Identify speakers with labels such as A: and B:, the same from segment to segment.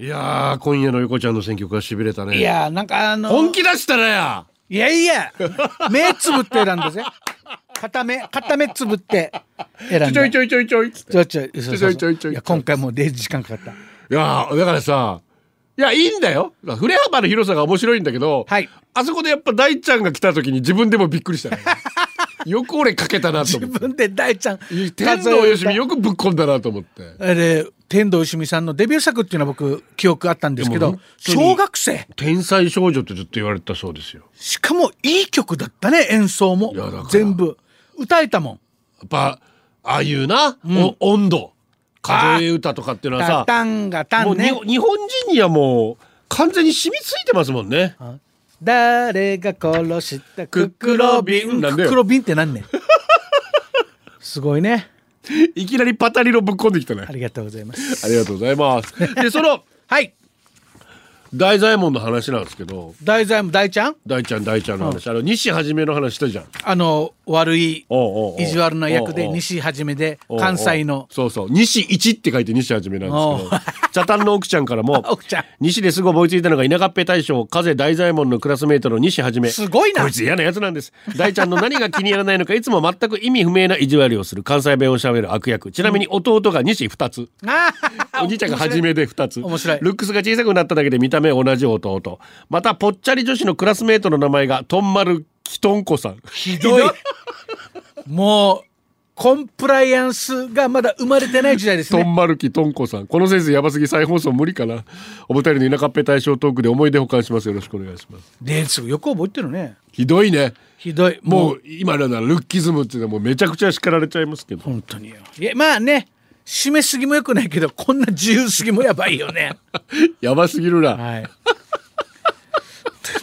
A: いやー今夜の横ちゃんの選曲がしびれたね
B: いやーなんかあの
A: 本気出したらや
B: いやいや目つぶって選んだぜ片目片目つぶって選んだ
A: ちょいちょいちょいちょいっつって
B: ちょいちょいそうそう
A: ちょいちょいちょい
B: や今回もう0時間かかった
A: いやーだからさいやいいんだよ振れ幅の広さが面白いんだけど、
B: はい
A: あそこでやっぱ大ちゃんが来た時に自分でもびっくり したねよく俺かけたなと思
B: 自
A: って
B: 分で大ちゃん
A: 天童よしみよくぶっ込んだなと思って
B: あれ天童よしみさんのデビュー作っていうのは僕記憶あったんですけ
A: でも
B: ど
A: 本当に
B: 小学生
A: 天才少女ってずっと言われてたそうですよ
B: しかもいい曲だったね演奏も
A: やだから
B: 全部歌えたもん
A: やっぱああいうな、お温度数え歌とかっていうのは
B: タ
A: さ
B: タンがタ
A: もう
B: ン
A: に
B: ね
A: 日本人にはもう完全に染みついてますもんね
B: 誰が殺したククロビン
A: なんだ
B: ク
A: よ
B: クロビンってなんねん すごいね
A: いきなりパタリロぶっこんできたね
B: ありがとうございます
A: ありがとうございますでその
B: はい
A: 大左衛門の話なんですけど
B: 大財務大ちゃん
A: 大ちゃん大ちゃんの話、あの西はじめの話したじゃん
B: あの悪い
A: おうおうおう
B: 意地悪な役
A: おう
B: で
A: おう
B: 西はじめで関西の
A: そうそう西一って書いて西はじめなんですけど
B: お
A: 茶炭の奥ちゃんからも
B: 奥ちゃん
A: 西ですぐ思いついたのが田舎っぺ大将風大左衛門のクラスメートの西はじめ
B: すごいな
A: こいつ嫌なやつなんです大ちゃんの何が気に入らないのかいつも全く意味不明な意地悪をする関西弁をしゃべる悪役ちなみに弟が西二つ、
B: あ
A: お
B: ー
A: 兄ちゃんが初めで2つ
B: 面白い
A: ルックスが小さくなっただけで見た目同じ弟またぽっちゃり女子のクラスメートの名前がとんまるきとんこさん
B: ひどいもうコンプライアンスがまだ生まれてない時代です
A: と
B: ね
A: んまるきとんこさんこの先生やばすぎ再放送無理かなお二人の田舎っぺ大賞トークで思い出保管しますよろしくお願いします
B: ですよく覚えてるね
A: ひどいね
B: ひどいも
A: も
B: う
A: う今のならルッキズムっていうのはもうめちゃくちゃ叱られちゃいますけど
B: 本当によいやまあね締めすぎもよくないけどこんな自由すぎもやばいよね
A: やばすぎるな
B: はい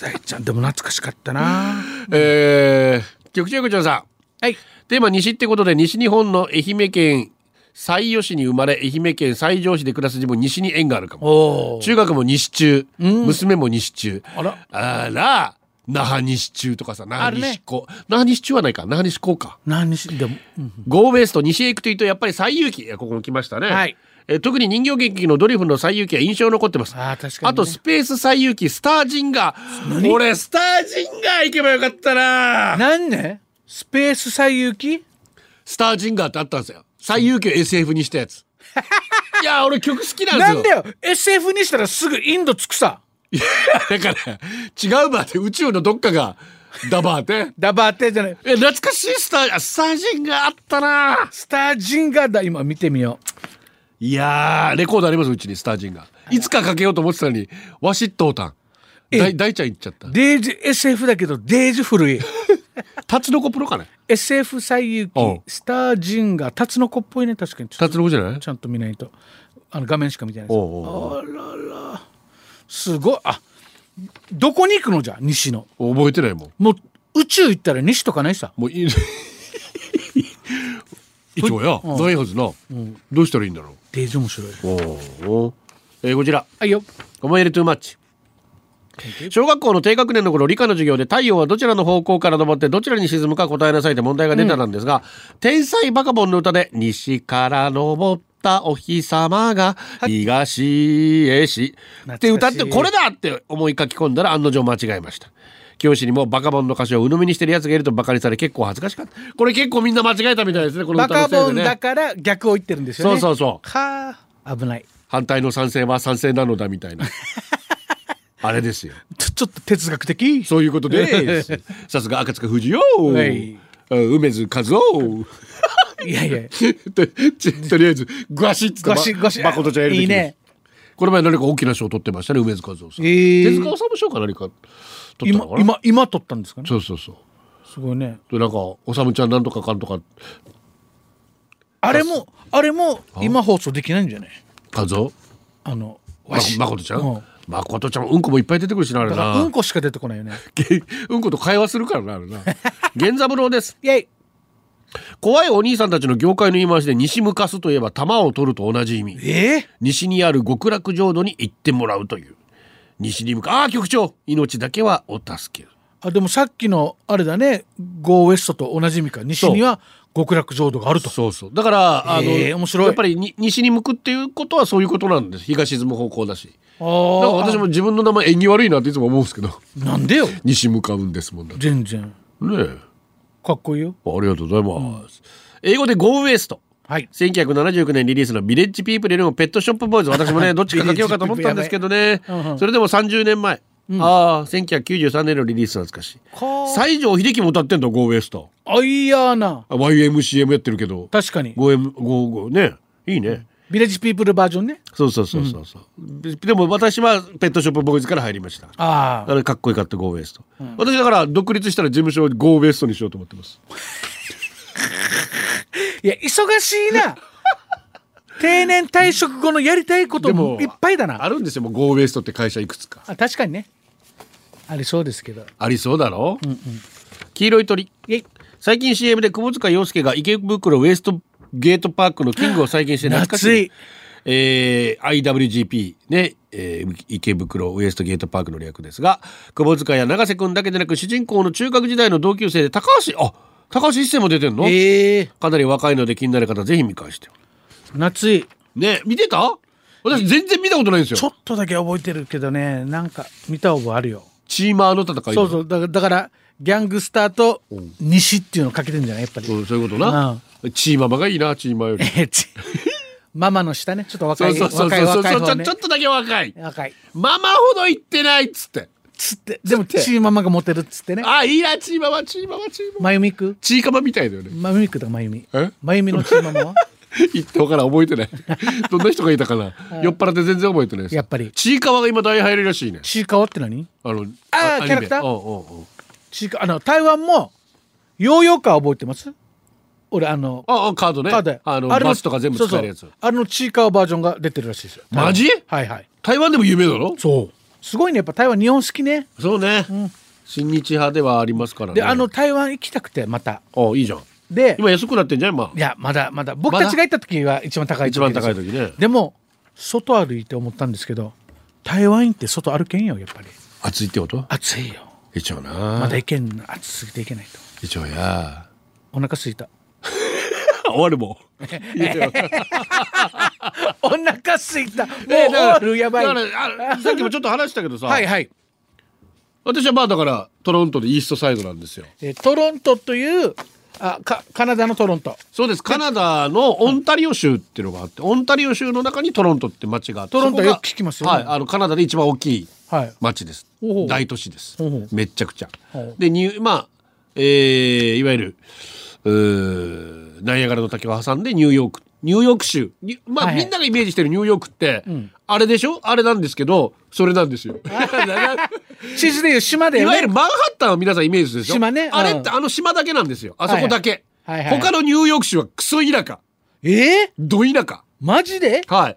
B: 大ちゃんでも懐かしかったな
A: えー、局長局長さん
B: はい
A: テーマ西ってことで西日本の愛媛県西予市に生まれ愛媛県西条市で暮らす自分西に縁があるかも
B: おー
A: 中学も西中、娘も西中
B: あら
A: あら那覇西中とかさ那
B: あ
A: 覇
B: るね
A: 西高、那覇西中はないか那覇西高か、
B: 何しでも、うん
A: ゴーウェイスト西へ行くというとやっぱり西遊記いやここも来ましたね、
B: はい
A: えー特に人形劇のドリフの西遊記は印象に残ってます
B: あー確かにね
A: あとスペース西遊記スタージンガー俺スタージンガー行けばよかったな
B: 何ねスペース最遊記
A: スタージンガーってあったんですよ。最有機を SF にしたや つ。いや、俺曲好きなんです
B: な
A: よ。
B: んだよ SF にしたらすぐインドつくさ
A: だから、違うばって、宇宙のどっかが、ダバーって。
B: ダバーテじゃない
A: え、懐かしいスター、あスタージンガーあったな
B: スタージンガーだ今見てみよ
A: いやー、レコードあります、うちに、スタージンガー。いつかかけようと思ってたのに、わしっとうたん。だい大ちゃん行っちゃった
B: う。デイジ SF だけどデイジ古い
A: タツノコプロかね
B: SF 最遊記
A: うん
B: スタージンガータツノコっぽいね確かにちょ
A: タ
B: っ
A: ツノコじゃない
B: とちゃんと見ないとあの画面しか見てないです
A: おうお
B: すごいあどこに行くのじゃ西の
A: うおう覚えてないもん。
B: もう宇宙行ったら西とかないさ
A: もう いい。一応や、ないはずな。どうしたらいいんだろ。
B: デイジ面白いう
A: おうおうえーこちら。
B: はいよ
A: 思い入れトゥーマッチ小学校の低学年の頃理科の授業で太陽はどちらの方向から昇ってどちらに沈むか答えなさいって問題が出たなんですが、天才バカボンの歌で西から昇ったお日様が東へしって歌って
B: 懐かしい
A: これだって思い書き込んだら案の定間違えました教師にもバカボンの歌詞を鵜呑みにしてるやつがいるとバカにされ結構恥ずかしかったこれ結構みんな間違えたみたいですねこの
B: バ
A: 歌
B: カ
A: の
B: ボ
A: せい
B: ン
A: で
B: だ
A: ね
B: から逆を言ってるんですよね
A: そうそうそう
B: はあ危ない
A: 反対の賛成は賛成なのだみたいな あれですよ
B: ちょちょっと哲学的
A: そういうことです。さすが赤塚不二夫。
B: はい
A: あ梅津和夫。
B: いやいや
A: とちとりあえず、ガシッつって
B: ゴシゴシ
A: ま誠ちゃんやるべき
B: いい
A: です
B: ね
A: この前何か大きな賞を取ってましたね、梅津和夫さん。
B: えー
A: 手塚治虫賞か何か取った
B: 今
A: のかな
B: 今今撮ったんですかね
A: そうそうそう。
B: すごいね
A: で、なんか、治ちゃんなんとかかんとか、
B: あれもあれも今放送できないんじゃない
A: 和夫
B: あの
A: ま誠ちゃ
B: うん
A: ん誠ちゃん、うんこもいっぱい出てくるしな、あれ
B: だからう。
A: なん
B: こしか出てこないよね
A: うんこと会話するからな、あれな。源三郎です。
B: イェイ
A: 怖いお兄さんたちの業界の言い回しで、西向かすといえば玉を取ると同じ意味。
B: えー
A: 西にある極楽浄土に行ってもらうという西に向かああ局長命だけはお助け
B: あでもさっきのあれだねゴーウエストと同じ意味か西には極楽浄土があると
A: そうそうだからあの、
B: へえ面白い
A: やっぱりに西に向くっていうことはそういうことなんです東沈む方向だしだ
B: あ
A: から
B: ー
A: 私も自分の名前縁起悪いなっていつも思うんですけど
B: なんでよ
A: 西向かうんですもんだって
B: 全然
A: ねえ
B: かっこいいよ
A: ありがとうございます、英語でゴーウエスト
B: はい
A: 1979年リリースの「ビレッジ・ピープル」よりも「ペットショップ・ボーイズ」私 もねどっちかかけようかと思ったんですけどね
B: ばいうんうん
A: それでも30年前、ああ1993年のリリース懐かしい
B: か
A: 西城秀樹も歌ってんだゴーウエスト
B: あいやーな
A: あ YMCM やってるけど
B: 確かに
A: 5M 5ねいいね
B: ビレッジピープルバージョンね
A: そうそうそうそうそう、ででも私はペットショップボーイズから入りました
B: あ
A: あれかっこよかったゴーウエスト、私だから独立したら事務所をゴーウエストにしようと思ってます
B: いや忙し いな定年退職後のやりたいこともいっぱいだな
A: あるんですよもうゴーウエストって会社いくつか
B: あ確かにねありそうですけど
A: ありそうだろ、黄色い鳥
B: いえ
A: 最近 CM で窪塚洋介が池袋ウエストゲートパークのキングを再現して懐かし
B: 夏
A: い
B: い
A: えー IWGP ね、えー池袋ウエストゲートパークの略ですが窪塚や永瀬君だけでなく主人公の中学時代の同級生で高橋あ高橋一生も出てんの、
B: ええ
A: かなり若いので気になる方ぜひ見返して
B: 夏い
A: ね見てた私全然見たことないんです
B: ちょ
A: よ
B: っとだけ覚えてるけどねなんか見た覚えあるよ
A: チーマーの戦い
B: そうそうだからだからギャングスターと西っていうのをかけてんじゃないやっぱり、
A: うんそういうことな、チーママがいいなチーマーより
B: えちママの下ねちょっと若
A: そう
B: い
A: そうそう
B: 若い
A: そう
B: 若い
A: そう、
B: 方
A: ちょ
B: ね
A: ちょっとだけ若い
B: 若い
A: ママほど言ってないっつって
B: つってでもチーママがモテるっつってね
A: あいいなチーママチーママチーママ
B: 真由美く
A: チーカマみたいだよね
B: 真由美くだ真由美
A: え
B: 真由美のチー ママは
A: 言ってからん覚えてないどんな人がいたかな酔っ払って全然覚えてないです
B: やっぱり
A: ちいかわが今大流行りらしいね
B: ちいかわって何
A: あの
B: あー
A: アニメ
B: キャラクター
A: うんうんうん
B: ちいかあの台湾もヨーヨーカー覚えてます俺あの
A: ああカードね
B: カードや
A: あの
B: れの
A: バスとか全部使えるやつ
B: そうそうあれのちいかわバージョンが出てるらしいですよ
A: マジ
B: はいはい
A: 台湾でも有名だろ
B: そうすごいねやっぱ台湾日本好きね
A: そうね、新日派ではありますからね
B: であの台湾行きたくてまた
A: あいいじゃん
B: で
A: 今安くなってんじゃん今
B: いやまだまだ僕たちが行った時は一番高い
A: 一番
B: です
A: 高い時ね
B: でも外歩いて思ったんですけど台湾行って外歩けんよやっぱり
A: 暑いってこと
B: 暑いよ
A: 一応な
B: まだ行けん暑すぎて行けないと
A: 一応や
B: お腹すいた
A: 終わるも ん
B: お腹 すいたもう
A: え
B: 終わるやばい
A: だ からあさっきもちょっと話したけどさ、
B: はいはい、
A: 私はまあだからトロントでイーストサイドなんですよ
B: えートロントというあかカナダのトロント
A: そうですカナダのオンタリオ州っていうのがあってオンタリオ州の中にトロントって町があって
B: トロント
A: そこが
B: よく聞きますよね
A: はい、あのカナダで一番大きい
B: はい
A: 町です
B: ほうほう
A: 大都市です
B: ほうほう
A: めっちゃくちゃ
B: ほう
A: でニューまあ、えーいわゆるうーナイアガラの滝を挟んでニューヨークニューヨーク州にまあ、
B: はいはい
A: みんながイメージしてるニューヨークって、あれでしょあれなんですけどそれなんです よ。
B: 地図でいう島で、ね、
A: いわゆるマンハッタンを皆さんイメージするでしょ
B: 島ね
A: あれって
B: うん
A: あの島だけなんですよあそこだけ、
B: はいはいはいはい
A: 他のニューヨーク州はクソ田舎
B: えー、
A: ど田舎
B: マジで
A: はい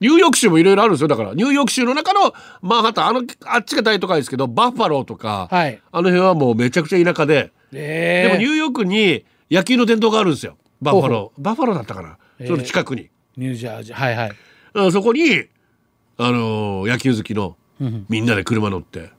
A: ニューヨーク州もいろいろあるんですよだからニューヨーク州の中のマンハッタンあのあっちが大都会ですけどバッファローとか、
B: はい
A: あの辺はもうめちゃくちゃ田舎で、
B: え
A: でもニ
B: ニ
A: ュ
B: ュ
A: ーヨークに野球の伝統があるんですよバッファローバッファローだったかな、
B: えー
A: その近くに
B: ージャージーはいはい
A: あそこにあのー野球好きの
B: うん
A: みんなで車乗って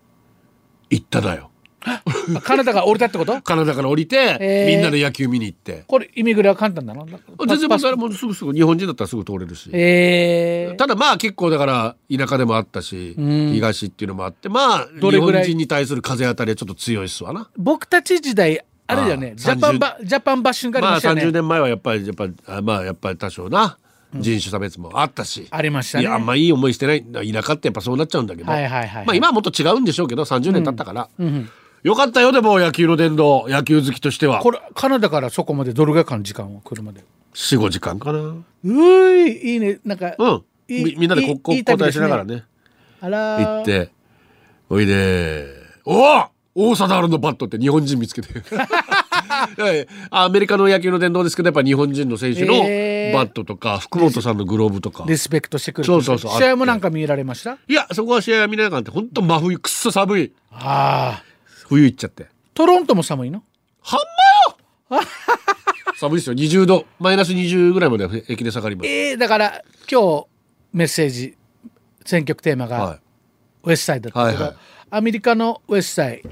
A: 行っただよ
B: あカナダが降りたってこと
A: カナダから降りて、
B: えー
A: みんなで野球見に行って
B: これイミグレは簡単なの
A: 全然もうそ
B: パスパス
A: れもうすぐすぐ日本人だったらすぐ通れるし、
B: えー、
A: ただまあ結構だから田舎でもあったし、
B: うん
A: 東っていうのもあってまあ
B: どれぐらい
A: 日本人に対する風当たりはちょっと強いっすわな。
B: 僕たち時代あれだよ
A: あ
B: ね
A: あ
B: ジャパンバジャパンバッシングがあり
A: ま
B: ま
A: あ
B: したよね、
A: 30年前はやっぱりやっぱあまあやっぱり多少な人種差別もあったし、
B: ありました
A: い
B: ね
A: やあんまいい思いしてない田舎ってやっぱそうなっちゃうんだけど、
B: はいはいはい
A: まあ今はもっと違うんでしょうけど30年経ったから、
B: うん、
A: よかったよでも野球の殿堂野球好きとしては
B: これカナダからそこまでどれぐらいかの時間を車で
A: 45時間かな。
B: うーいいいねなんか、
A: うん、
B: いい
A: みみんなでこ
B: いい
A: こ
B: いい
A: 交
B: 旅
A: 代
B: で
A: し
B: す
A: ながらね
B: あらー
A: 行っておいでおお王貞治のバットって日本人見つけ てはいアメリカの野球の殿堂ですけどやっぱ日本人の選手の
B: えー
A: バットとか、福本さんのグローブとか
B: リスペクトしてくる
A: そうそうそう
B: 試合もなんか見られました
A: いやそこは試合は見れなかった本当真冬くっそ寒い
B: あー
A: 冬行っちゃって
B: トロントも寒いの
A: はんま よ寒いですよ20度マイナス20ぐらいまで平気で下がります、
B: えー、だから今日メッセージ選曲テーマ
A: は
B: がウエストサイドだったけど、
A: はいはい
B: アメリカのウエストサイド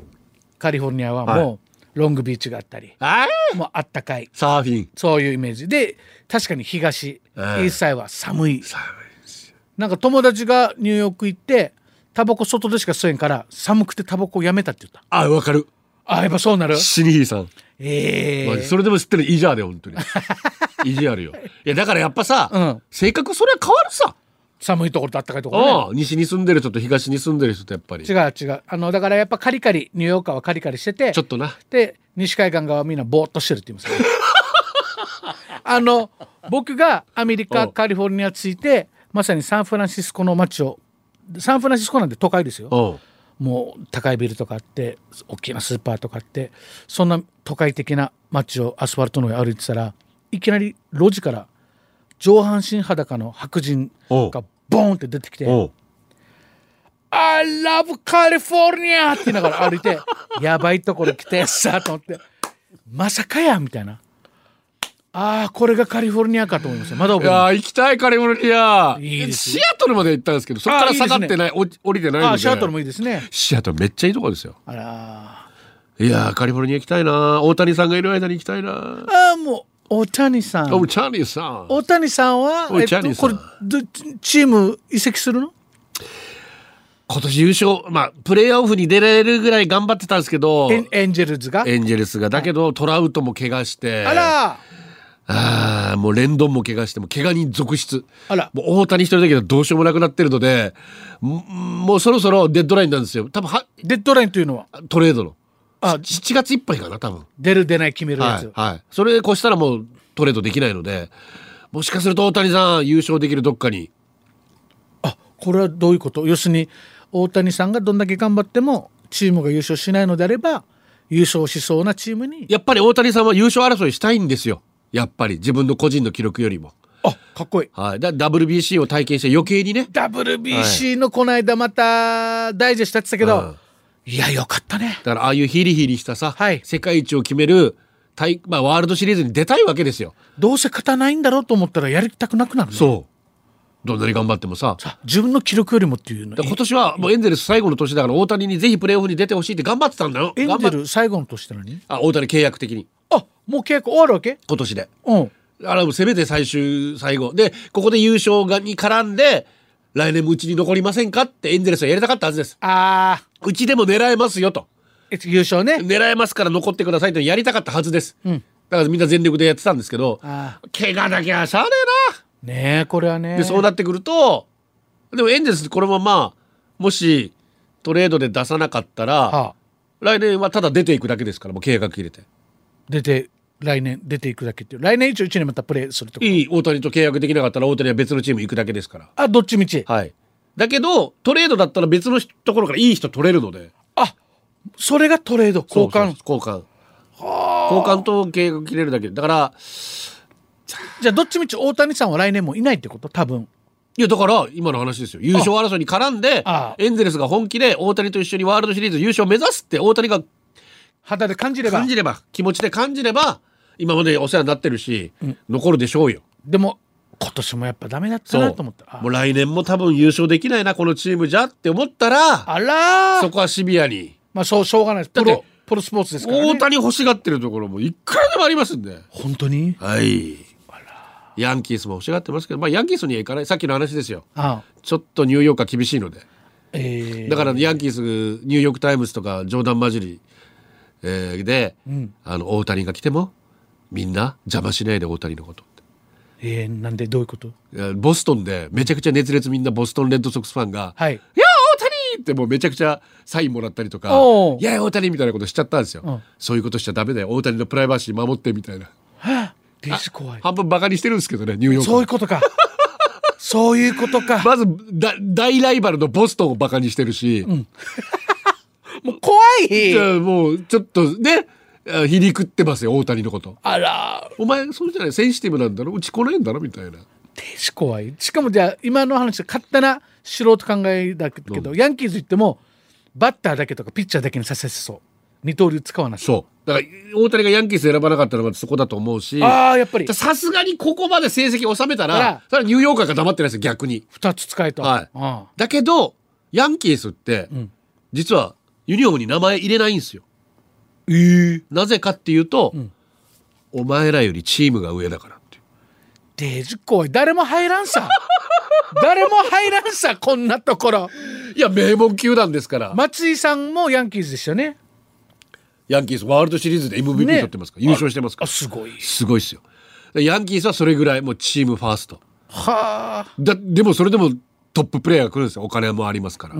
B: カリフォルニアはもうロングビーチがあったり
A: あー
B: もうあったかい
A: サーフィン
B: そういうイメージで確かに東一
A: うん
B: 切は寒い
A: 寒いですよ
B: なんか友達がニューヨーク行ってタバコ外でしか吸えんから寒くてタバコをやめたって言った
A: あわかる
B: あやっぱそうなる
A: シニヒさん、
B: ええ
A: まあそれでも知ってるイジャーで本当 に意地あるよいやだからやっぱさ、
B: うん
A: 性格それは変わるさ、
B: 寒いところとあったかいところ、ね、
A: うん西に住んでる人と東に住んでる人とやっぱり
B: 違う違うあのだからやっぱカリカリニューヨーカーはカリカリしてて
A: ちょっとな
B: で西海岸側はみんなボーっとしてるって言います あの僕がアメリカ
A: おう
B: カリフォルニア着いてまさにサンフランシスコの街をサンフランシスコなんて都会ですよ
A: うん
B: もう高いビルとかあって大きなスーパーとかあってそんな都会的な街をアスファルトの上歩いてたらいきなり路地から上半身裸の白人
A: おう
B: がボーンって出てきて
A: おう
B: I love California! って言いながら歩いて、 やばいところ来てさ、と思って、まさかやみたいな。ああ、これがカリフォルニアかと思いました。まだ
A: い
B: 覚えて
A: や
B: ま
A: ー行きたいカリフォルニア
B: いいです
A: シ
B: よ
A: アトルまで行ったんですけどそこか
B: あ
A: ら
B: ーいいで
A: 下
B: すね
A: がってないお降りてない
B: す。あ
A: の
B: あ、
A: で
B: シアトルもいいですね。
A: シアトルめっちゃいいとこですよ
B: あら
A: いやーカリフォルニア行きたいな大谷さんがいる間に行きたいな
B: ー。ああ、もう、大谷さ
A: お
B: ん。
A: チャーリーさん
B: 大谷さんは、
A: お
B: えっ
A: チャーリー
B: と、
A: さ
B: こ
A: ん
B: れ、どチーム移籍するの
A: 今年優勝まあプレーオフに出られるぐらい頑張ってたんですけど
B: エンエンジェルズが。
A: エンジェルスがだけどトラウトも怪我して
B: あら
A: あーもうレンドンも怪我しても怪我人続出
B: あら
A: もう大谷一人だけどどうしようもなくなってるのでんもうそろそろデッドラインなんですよ多分は
B: デッドラインというのは、
A: トレードの
B: あ
A: 7月いっぱいかな多分
B: 出る出ない決めるや
A: は
B: つ。
A: い、はい、それで越したらもうトレードできないのでもしかすると大谷さん優勝できるどっかに
B: あこれはどういうこと要するに大谷さんがどんだけ頑張ってもチームが優勝しないのであれば優勝しそうなチームに
A: やっぱり大谷さんは優勝争いしたいんですよやっぱり自分の個人の記録よりも、
B: あかっこいい
A: はい、だ WBC を体験して余計にね
B: WBC のこの間また大事ェストやってたけど、い、やよかったね
A: だからああいうヒリヒリしたさ、
B: はい
A: 世界一を決める大、まあ、ワールドシリーズに出たいわけですよ
B: どうせ勝たないんだろうと思ったらやりたくなくなるね
A: そうどんなに頑張ってもさ
B: さ自分の記録よりもっていうの
A: だから今年はもうエンゼルス最後の年だから大谷にぜひプレーオフに出てほしいって頑張ってたんだよ
B: エン
A: 頑
B: ゼ
A: 張っ
B: ル最後の年なのに
A: あ大谷契約的に
B: あもう契約終わるわけ
A: 今年で
B: うん
A: あらせめて最終最後でここで優勝がに絡んで来年もうちに残りませんかってエンゼルスはやりたかったはずです
B: あー
A: うちでも狙えますよと
B: え優勝ね
A: 狙えますから残ってくださいとやりたかったはずです、だからみんな全力でやってたんですけど
B: あ
A: 怪我だけはしゃあねえな
B: ねえこれはね
A: でそうなってくるとでもエンゼルスこのままもしトレードで出さなかったら、
B: はあ
A: 来年はただ出ていくだけですからもう契約入れて
B: 出て来年出ていくだけっていう来年一応一年またプレーするってこと
A: いい大谷と契約できなかったら大谷は別のチーム行くだけですから
B: あどっちみち
A: はいだけどトレードだったら別の人ところからいい人取れるので
B: あそれがトレード交
A: そ
B: 換
A: うそう交換交換と契約切れるだけだから
B: じゃあどっちみち大谷さんは来年もいないってこと多分
A: いやだから今の話ですよ優勝争いに絡んで
B: ああ
A: エンゼルスが本気で大谷と一緒にワールドシリーズ優勝を目指すって大谷が
B: 肌で感じれば
A: 感じれば気持ちで感じれば今までお世話になってるし、残るでしょうよ
B: でも今年もやっぱダメだったなと思ったあ
A: もう来年も多分優勝できないなこのチームじゃって思ったら
B: あらー
A: そこはシビアに
B: まあそうしょうがないですプ
A: だっ
B: ロ
A: て
B: プロスポーツですから、
A: 大
B: ね、
A: 谷欲しがってるところもいくらでもありますんで
B: 本当に
A: はいヤンキースも欲しがってますけど、まあ、ヤンキースには行かないさっきの話ですよ
B: あ
A: ちょっとニューヨークは厳しいので
B: えー
A: だからヤンキースニューヨーク・タイムズとかジョーダン・マジュリー、えーで、あの大谷が来てもみんな邪魔しないで大谷のことって。
B: えーなんでどういうこと
A: いやボストンでめちゃくちゃ熱烈みんなボストンレッドソックスファンが「
B: はい
A: い、
B: い
A: や大谷!」ってもうめちゃくちゃサインもらったりとか
B: おう
A: いや大谷!」みたいなことしちゃったんですよ、
B: ん
A: そういうことしちゃダメだよ大谷のプライバシー守ってみたいな
B: はあディス怖い
A: 半分バカにしてるんですけどねニューヨーク
B: そうい うことかそういうことか
A: まずだ大ライバルのボストンをバカにしてるし、
B: もう怖
A: い
B: い
A: やもうちょっとねあ皮肉ってますよ大谷のこと
B: あら
A: お前そうじゃないセンシティブなんだろうち来ないんだろみたいな
B: デージ怖いしかもじゃあ今の話勝手な素人考えだけど、ヤンキーズ行ってもバッターだけとかピッチャーだけにさせそう二刀流使わなし
A: そうだから大谷がヤンキース選ばなかったのはそこだと思うし
B: ああやっぱり
A: さすがにここまで成績収めた
B: あ
A: ら
B: ら、
A: それはニューヨーカーが黙ってないですよ、逆に。
B: 二つ使えと、
A: はい
B: あ
A: だけど、ヤンキースって、実はユニフォームに名前入れないんですよ。
B: あえー、
A: なぜかっていうと、お前らよりチームが上だからっていう
B: デジコイ誰も入ら んさ誰も入らんさこんなところ
A: いや名門球団ですから、
B: 松井さんもヤンキーズでしたね
A: ヤンキースワールドシリーズで MVP
B: ね
A: 取ってますから、優勝してますか
B: あ
A: ら
B: すごい
A: すごいですよでヤンキースはそれぐらいもうチームファースト
B: はあ
A: だでもそれでもトッププレーヤーが来るんですよお金もありますから、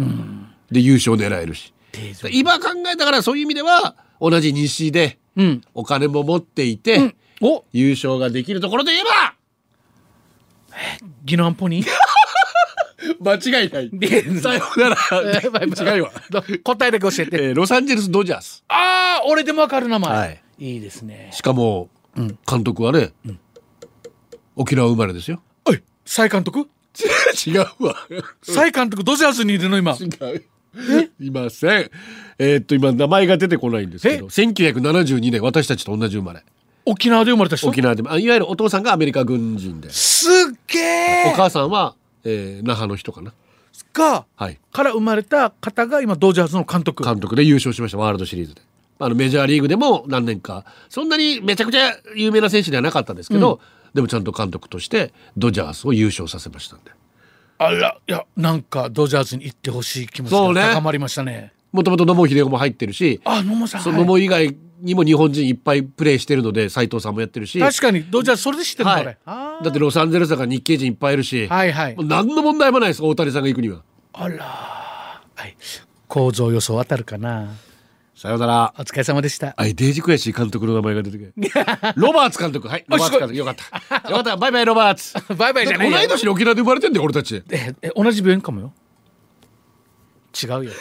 A: で優勝狙えるし
B: デジ
A: 今考えたからそういう意味では同じ西で
B: うん
A: お金も持っていて、
B: お
A: 優勝ができるところで言えば
B: ギノアンポニー
A: 間違いない
B: で。
A: さような
B: えーバイバ
A: ら。
B: イ
A: 違いは。
B: ど答えだけ教えて
A: えーロサンゼルス・ドジャース。
B: ああ俺でもわかる名前、
A: はいい、
B: いですね
A: しかも、監督はね、沖縄生まれですよ。
B: おい蔡監督
A: 違うわ。
B: 蔡監督ドジャースにいるの今
A: 違う。いません。えーっと、今、名前が出てこないんですけど、1972年、私たちと同じ生まれ。
B: 沖縄で生まれた人
A: 沖縄でも、あいわゆるお父さんがアメリカ軍人で、
B: すっげ
A: お
B: え
A: 母さんは、えー那覇の人かな。
B: が
A: はい。
B: から生まれた方が今ドジャースの監督
A: 監督で優勝しました、ワールドシリーズで。あのメジャーリーグでも何年か、そんなにめちゃくちゃ有名な選手ではなかったんですけど、でもちゃんと監督としてドジャースを優勝させましたんで。
B: あらいやなんかドジャースに行ってほしい気持ち
A: そうね
B: が高まりましたね
A: もともと野茂英雄も入ってるし、
B: あ野茂さん
A: そ
B: は
A: の
B: い
A: 野茂以外にも日本人いっぱいプレーしてるので、斎藤さんもやってるし、
B: 確かにドジャースそれで知ってるの、
A: はい
B: 俺あー
A: だってロサンゼルスだから日系人いっぱいいるし、
B: はいはい
A: もう何の問題もないです、大谷さんが行くには。
B: あらーはい構造予想当たるかな
A: さよなら。
B: お疲れ様でした
A: あい、デージ悔しい監督の名前が出て くる。ロバーツ監督。はい、ロバーツ監督。よかった。よかった。バイバイ、ロバーツ。
B: バイバイじゃ
A: だっ
B: な
A: て同い
B: い
A: 年に沖縄で生まれてんだよ、俺たち。
B: ええ同じ病院かもよ違うよ